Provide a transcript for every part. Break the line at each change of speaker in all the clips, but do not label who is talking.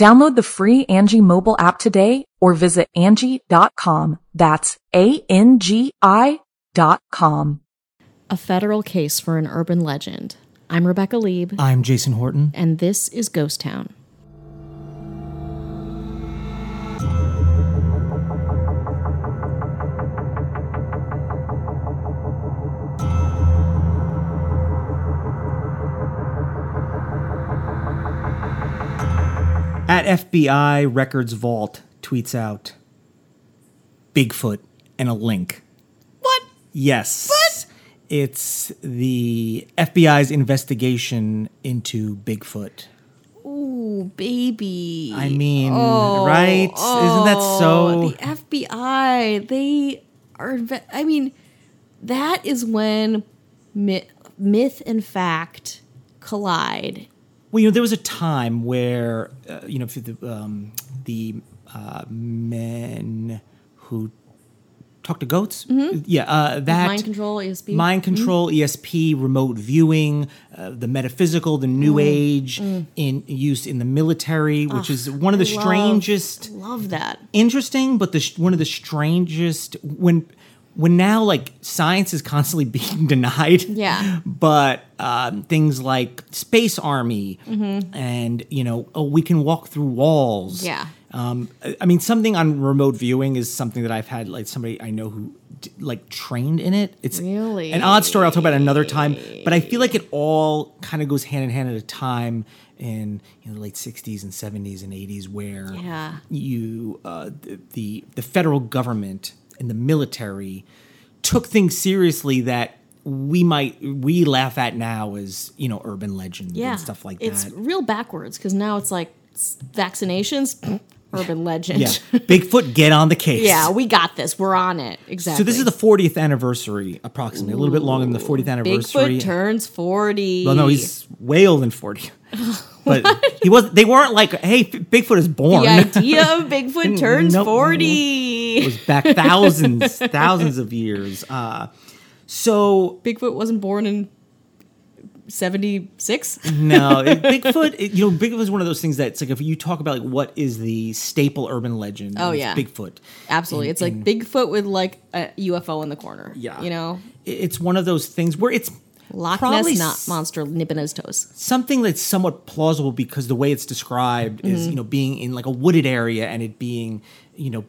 Download the free Angie mobile app today or visit Angie.com. That's A-N-G-I dot com.
A federal case for an urban legend. I'm Rebecca Lieb,
I'm Jason Horton.
and this is Ghost Town.
At FBI Records Vault tweets out Bigfoot and a link.
What?
Yes. What? It's the FBI's investigation into Bigfoot.
Ooh, baby.
I mean, right? Isn't that so?
the FBI, they are. inve- I mean, that is when myth, myth and fact collide.
Well, you know, there was a time where, uh, you know, for the, um, the uh, men who talk to goats, yeah, uh, that
Mind control, ESP.
mind control, ESP, remote viewing, uh, the metaphysical, the
Mm.
new age in use in the military, which is one of the
Ah, love-
strangest,
Love that.
interesting, but the sh- one of the strangest when when now like science is constantly being denied.
Yeah.
But um, things like space army, and you know, oh, we can walk through walls.
Mm-hmm. Yeah.
Um, I I mean, something on remote viewing is something that I've had like somebody I know who d- like trained in it. It's
Really?
an odd story. I'll talk about it another time. But I feel like it all kind of goes hand in hand at a time in you know, the late '60s and '70s and '80s where
Yeah.
you uh, the, the the federal government and the military took things seriously that we might we laugh at now as you know urban legend
Yeah.
and stuff like
it's
that.
real backwards because now it's like s- vaccinations, urban legend.
Yeah, Bigfoot, get on the case.
Yeah, we got this. We're on it. Exactly.
So this is the 40th anniversary, approximately a little bit longer than the 40th anniversary.
Bigfoot turns 40.
well, no, he's way older than 40. But he was. They weren't like, "Hey, F- Bigfoot is born."
The idea of Bigfoot turns
Nope.
40.
was back thousands, thousands of years. Uh, so
Bigfoot wasn't born in 76.
no, it- Bigfoot. it- you know, Bigfoot is one of those things that's like if you talk about like what is the staple urban legend.
Oh,
it's
yeah.
Bigfoot.
Absolutely. It's like Bigfoot with like a UFO in the corner.
Yeah.
You know?
It- It's one of those things where it's
Loch
probably
Ness not
s-
monster nipping his toes.
something that's somewhat plausible because the way it's described is you know being in like a wooded area and it being you know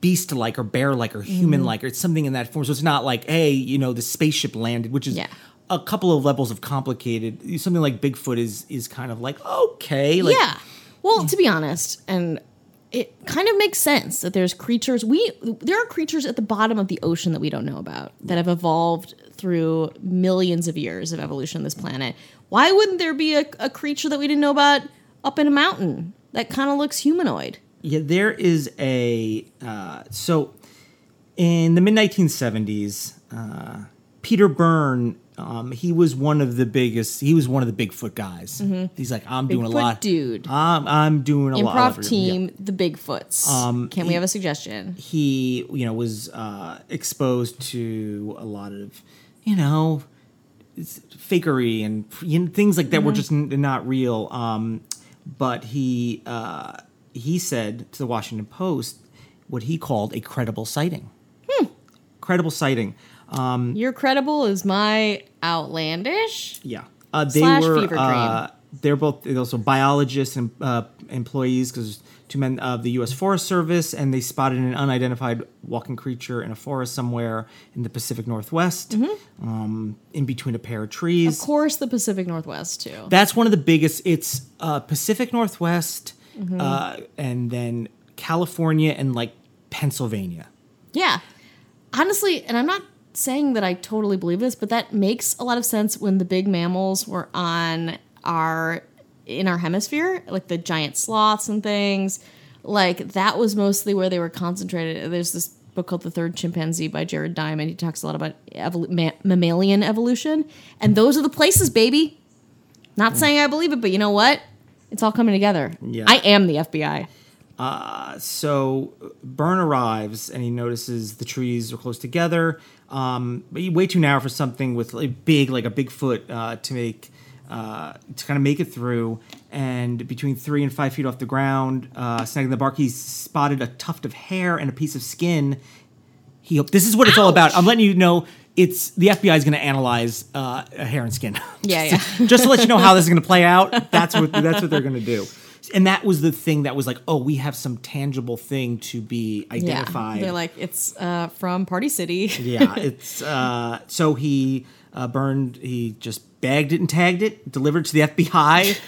beast like or bear like or human like or it's something in that form so it's not like hey you know the spaceship landed which is
Yeah.
a couple of levels of complicated something like bigfoot is is kind of like okay like hmm.
yeah. Well, to be honest, and it kind of makes sense that there's creatures we there are creatures at the bottom of the ocean that we don't know about that have evolved through millions of years of evolution on this planet. Why wouldn't there be a, a creature that we didn't know about up in a mountain that kind of looks humanoid?
Yeah, there is a uh, so in the mid 1970s, uh, Peter Byrne. Um, he was one of the biggest. He was one of the Bigfoot guys. He's like, I'm doing a
Mm-hmm. Bigfoot
lot,
dude.
I'm, I'm doing a lot.
Improv
of- Um,
team, the Bigfoots. Can we have a suggestion?
he you know was uh, exposed to a lot of you know s- fakery and you know, things like that were just n- not real um, but he uh, he said to the washington post what he called a credible sighting credible sighting
Your credible is my outlandish.
yeah uh, they
Slash
were
fever dream.
uh, they're both they're also biologists and uh, employees because two men of the U.S. Forest Service, and they spotted an unidentified walking creature in a forest somewhere in the Pacific Northwest, um, in between a pair of trees.
Mm-hmm. Of course, the Pacific Northwest too.
That's one of the biggest. It's uh, Pacific Northwest,
Mm-hmm.
uh, and then California and like Pennsylvania.
Yeah. Honestly, and I'm not saying that I totally believe this, but that makes a lot of sense when the big mammals were on our in our hemisphere, like the giant sloths and things. Like that was mostly where they were concentrated. There's this book called The Third Chimpanzee by Jared Diamond. He talks a lot about evol- ma- mammalian evolution, and those are the places, baby. Not saying I believe it, but you know what? It's all coming together.
Yeah.
I am the FBI.
So Byrne arrives and he notices the trees are close together, um, but way too narrow for something with like big, like a Bigfoot, uh, to make uh, to kind of make it through. And between three and five feet off the ground, uh, snagging the bark, he spotted a tuft of hair and a piece of skin. He hoped this is what it's all about. I'm letting you know. It's the FBI is going to analyze uh, hair and skin.
Yeah, yeah.
just to let you know how this is going to play out. That's what that's what they're going to do. And that was the thing that was like, oh, we have some tangible thing to be identified.
They're like, it's uh, from Party City.
yeah, it's uh, so he uh, burned. He just bagged it and tagged it, delivered it to the FBI.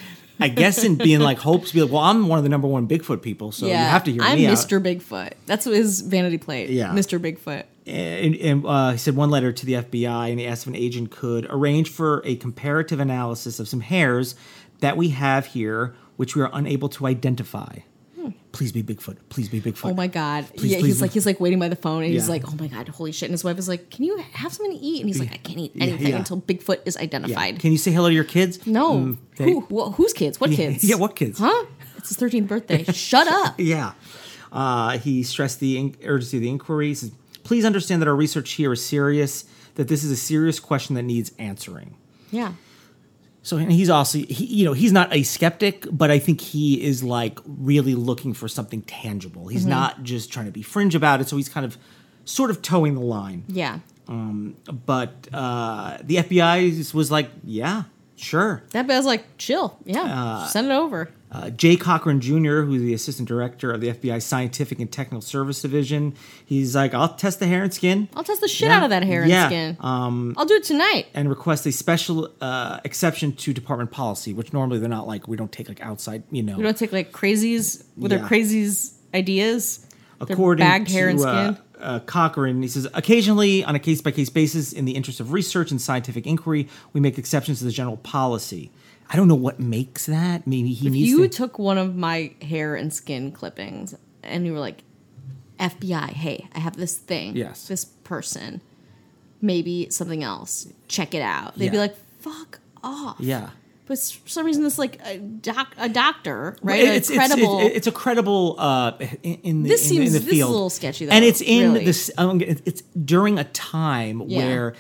I guess in being like hopes, be like, well, I'm one of the number one Bigfoot people, so you have to hear
I'm
me out.
Mr. Bigfoot. That's what his vanity plate.
Yeah.
Mr. Bigfoot.
and, and uh, he said one letter to the FBI, and he asked if an agent could arrange for a comparative analysis of some hairs that we have here, which we are unable to identify. Please be Bigfoot. Please be Bigfoot.
Hmm. Oh my god.
Please,
yeah,
please,
he's like
please.
he's like waiting by the phone and he's
Yeah.
like, "Oh my god, holy shit." And his wife is like, "Can you have something to eat?" And he's like, "I can't eat
Yeah,
anything
yeah.
until Bigfoot is
Yeah.
identified."
Can you say hello to your kids?
no.
Mm, they-
Who? Wh- whose kids? What kids?
Yeah, what kids?
Huh? It's his 13th birthday. Shut up.
Yeah. Uh, he stressed the in- urgency of the inquiry. He says, Please understand that our research here is serious, that this is a serious question that needs answering.
Yeah.
So and he's also, he, you know, he's not a skeptic, but I think he is like really looking for something tangible. He's not just trying to be fringe about it. So he's kind of sort of towing the line.
Yeah.
But uh, the FBI was like, yeah, sure.
That guy's like, "Chill. Yeah. Send it over."
Uh, Jay Cochran Jr., who's the assistant director of the FBI's Scientific and Technical Service Division, he's like, I'll test the hair and skin.
I'll test the shit
Yeah.
out of that hair and
Yeah.
skin. Um, I'll do it tonight.
and request a special uh, exception to department policy, which normally they're not like we don't take like outside, you know.
We don't take like crazies with
Yeah.
their crazies ideas. Their
According
bagged hair
to
and
uh,
skin.
uh, Cochran, he says occasionally, on a case by case basis, in the interest of research and scientific inquiry, we make exceptions to the general policy. I don't know what makes that. Maybe he needs
you
to.
took one of my hair and skin clippings and you were like fbi hey i have this thing
Yes.
this person maybe something else check it out they'd be
Yeah.
like fuck off
yeah.
but s- for some reason this like a, doc- a doctor
It-
right A
It's, it's-
credible
It's, it's a credible uh, in, in the
This
in, the- in
seems-
the
this
field.
is a little sketchy, though,
and it's in
really.
this. Um, it- it's during a time
Yeah.
where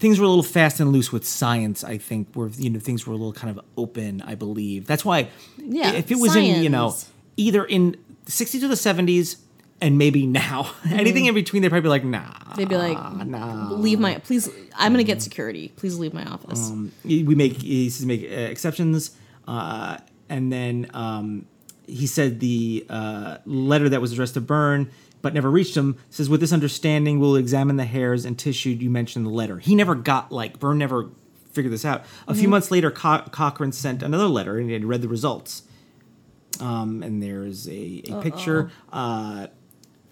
things were a little fast and loose with science. I think where you know things were a little kind of open. I believe that's why.
Yeah,
if it was in you know
science.
either in the '60s or the '70s. And maybe now,
Mm-hmm.
anything in between, they'd probably be like, "Nah,
they'd be like
Ah,
leave my please i'm gonna get security please leave my office
Um, we make he says make uh, exceptions uh, and then um, he said the uh, letter that was addressed to Byrne but never reached him says with this understanding we'll examine the hairs and tissue you mentioned in the letter he never got like Byrne never figured this out a few months later Co- Cochran sent another letter and he had read the results um, and there's a, a picture uh,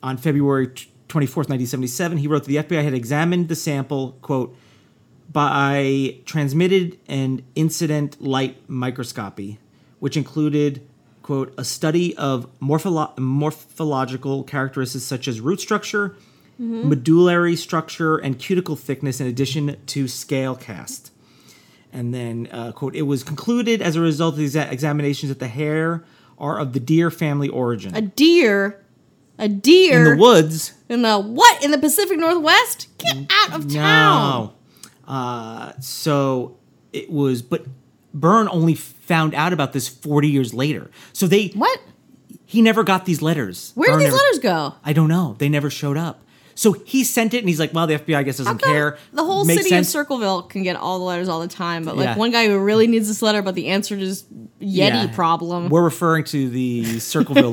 on February t- 24th 1977 he wrote that the FBI had examined the sample quote by transmitted and incident light microscopy, which included, quote, a study of morpholo- morphological characteristics such as root structure,
Mm-hmm.
medullary structure, and cuticle thickness, in addition to scale cast. And then, uh, quote, it was concluded as a result of these exa- examinations that the hair are of the deer family origin.
a deer a deer
in the woods,
in the what in the pacific northwest get out of town
No. Uh, so it was, but Byrne only found out about this 40 years later. So they,
What?
he never got these letters.
Where did
Byrne
these
never-
letters go?
I don't know. They never showed up. So he sent it, and he's like, "Well, the FBI I guess doesn't care."
The whole
Makes
city
sense.
of Circleville can get all the letters all the time, but like
Yeah.
one guy who really needs this letter, but the answer to his Yeti
Yeah.
problem.
We're referring to the Circleville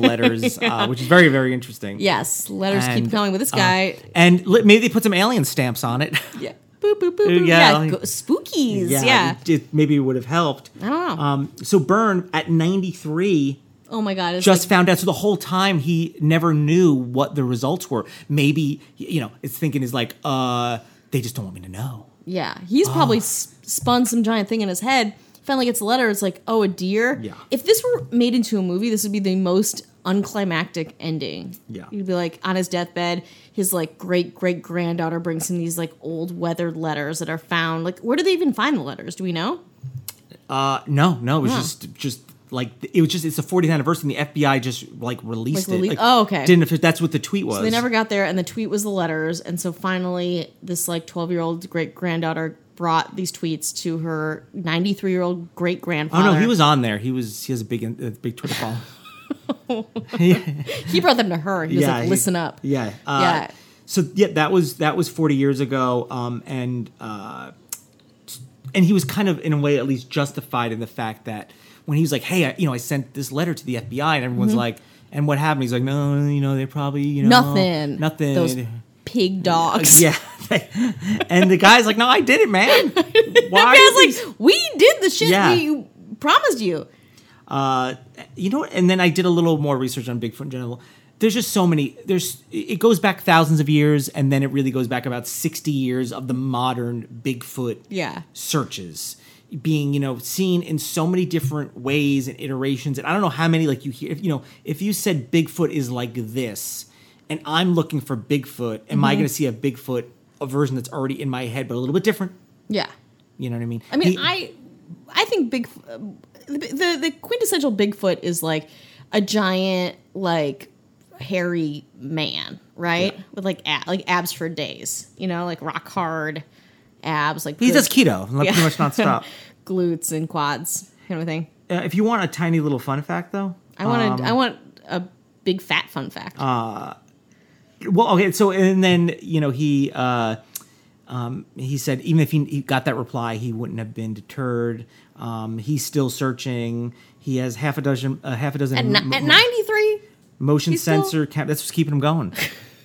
letters, uh, which is very, very interesting.
yes, letters
And,
keep going, but this
uh,
guy,
and li- maybe they put some alien stamps on it.
yeah, boop boop boop, boop.
yeah,
yeah,
like-
go, spookies, yeah.
it, it maybe would have helped. I
don't know.
Um, so Byrne at ninety three
Oh my god, it's
just
like,
found out. So the whole time he never knew what the results were. Maybe you know, it's thinking is like, uh, they just don't want me to know.
yeah, he's probably
Ah.
s- spun some giant thing in his head. Finally gets a letter. It's like, oh, a deer.
Yeah.
If this were made into a movie, this would be the most unclimactic ending.
Yeah.
You'd be like on his deathbed, his like great great granddaughter brings him these like old weathered letters that are found. Like, where do they even find the letters? Do we know?
Uh, no, no, it was
Huh.
just just like it was just it's the 40th anniversary, and the FBI just like released
Like,
it.
rele-
Like,
oh, okay.
Didn't if that's what the tweet was.
So they never got there, and the tweet was the letters. And so finally, this like 12 year old great granddaughter brought these tweets to her 93 year old great
Oh
grandfather.
no, he was on there. He was. He has a big, in- a big Twitter following.
He brought them to her. He was like,
he-
listen up.
Yeah, uh,
Yeah.
So yeah, that was that was forty years ago, um, and uh, and he was kind of in a way at least justified in the fact that when he was like, hey, I, you know, I sent this letter to the FBI, and
Mm-hmm.
everyone's like, and what happened? He's like, no, you know, they probably, you know,
Nothing.
nothing.
Those pig dogs.
yeah, and the guy's like, no, I did it, man.
I
Why? is this-
was like, we did the shit
Yeah.
we promised you.
uh, you know, and then I did a little more research on Bigfoot in general. There's just so many. There's it goes back thousands of years, and then it really goes back about sixty years of the modern Bigfoot
Yeah.
searches being you know seen in so many different ways and iterations. And I don't know how many like you hear. If, you know, if you said Bigfoot is like this, and I'm looking for Bigfoot, am
Mm-hmm.
I going to see a Bigfoot a version that's already in my head but a little bit different?
Yeah.
You know what I mean?
I mean,
The-
I I think big the, the the quintessential Bigfoot is like a giant like hairy man, right? With like ab, like abs for days, you know, like rock hard abs, like
he
good
does keto, like pretty much nonstop.
glutes and quads kind of thing.
Uh, if you want a tiny little fun fact, though,
I want
Um,
to I want a big fat fun fact.
well, okay. So and then you know he uh, um, he said even if he, he got that reply, he wouldn't have been deterred. Um, he's still searching. He has half a dozen uh, half a dozen
at,
mo-
ni- at Oh 93
motion
he's still-
sensor cam- that's what's keeping him going.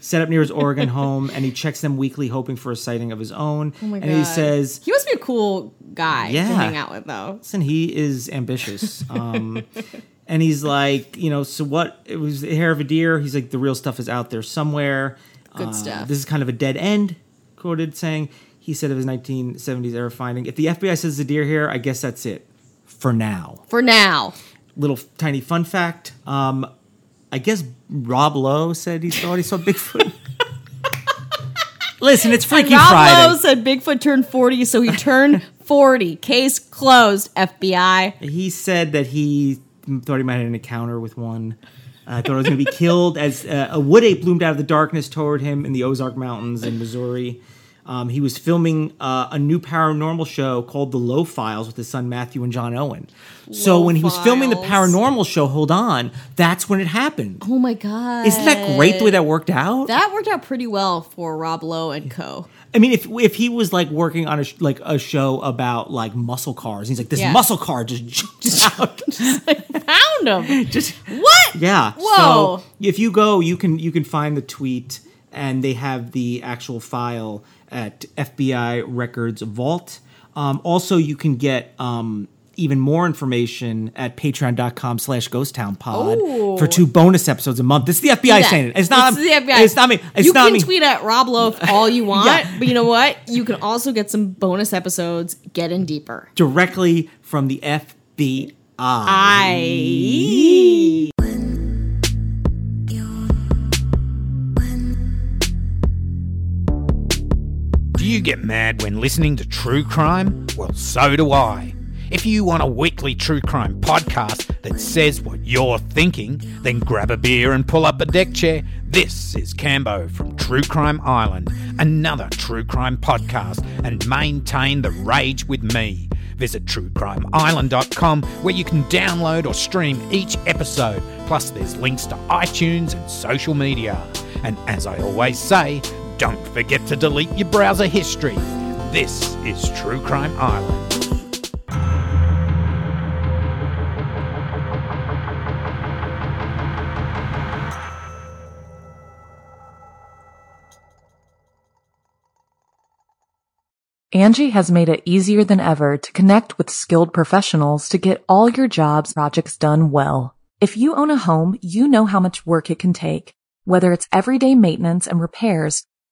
Set up near his Oregon home, and he checks them weekly, hoping for a sighting of his own.
Oh my
and
God.
he says,
he must be a cool guy
Yeah.
to hang out with though.
Listen, he is ambitious. Um, and he's like, you know, so what? It was the hair of a deer. He's like, the real stuff is out there somewhere.
Good
Uh,
stuff.
This is kind of a dead end, quoted saying. He said of his 1970s era finding, if the FBI says the deer here, I guess that's it for now.
For now.
Little tiny fun fact. Um, I guess Rob Lowe said he thought he saw Bigfoot. Listen, it's Freaky
Rob
Friday.
Lowe said Bigfoot turned 40, so he turned 40. Case closed, FBI.
He said that he thought he might have an encounter with one. I thought I was going to be killed as uh, a wood ape loomed out of the darkness toward him in the Ozark Mountains in Missouri. Um, he was filming uh, a new paranormal show called The Low Files with his son Matthew and John Owen. So
Low
when he was filming the
Files.
paranormal show, hold on, that's when it happened.
Oh my God.
Isn't that great the way that worked out?
That worked out pretty well for Rob Lowe and co.
I mean, if if he was like working on a sh- like a show about like muscle cars, he's like this
Yeah.
muscle car just jumped out.
Found him.
just
What?
Yeah.
Whoa.
So if you go, you can you can find the tweet, and they have the actual file at FBI Records Vault. Um, also, you can get um, even more information at patreon.com slash ghosttownpod for two bonus episodes a month. It's the FBI
that.
saying it. It's not
It's the FBI.
It's not me. It's
you
not
can
me.
tweet at Rob Lowe if all you want,
Yeah.
but you know what? You can also get some bonus episodes. Get in deeper.
Directly from the FBI.
I.
Do you get mad when listening to true crime? Well, so do I. If you want a weekly true crime podcast that says what you're thinking, then grab a beer and pull up a deck chair. This is Cambo from True Crime Island, another true crime podcast, and maintain the rage with me. Visit truecrimeisland.com where you can download or stream each episode. Plus, there's links to iTunes and social media. And as I always say, Don't forget to delete your browser history. This is True Crime Island.
Angie has made it easier than ever to connect with skilled professionals to get all your jobs projects done well. If you own a home, you know how much work it can take, whether it's everyday maintenance and repairs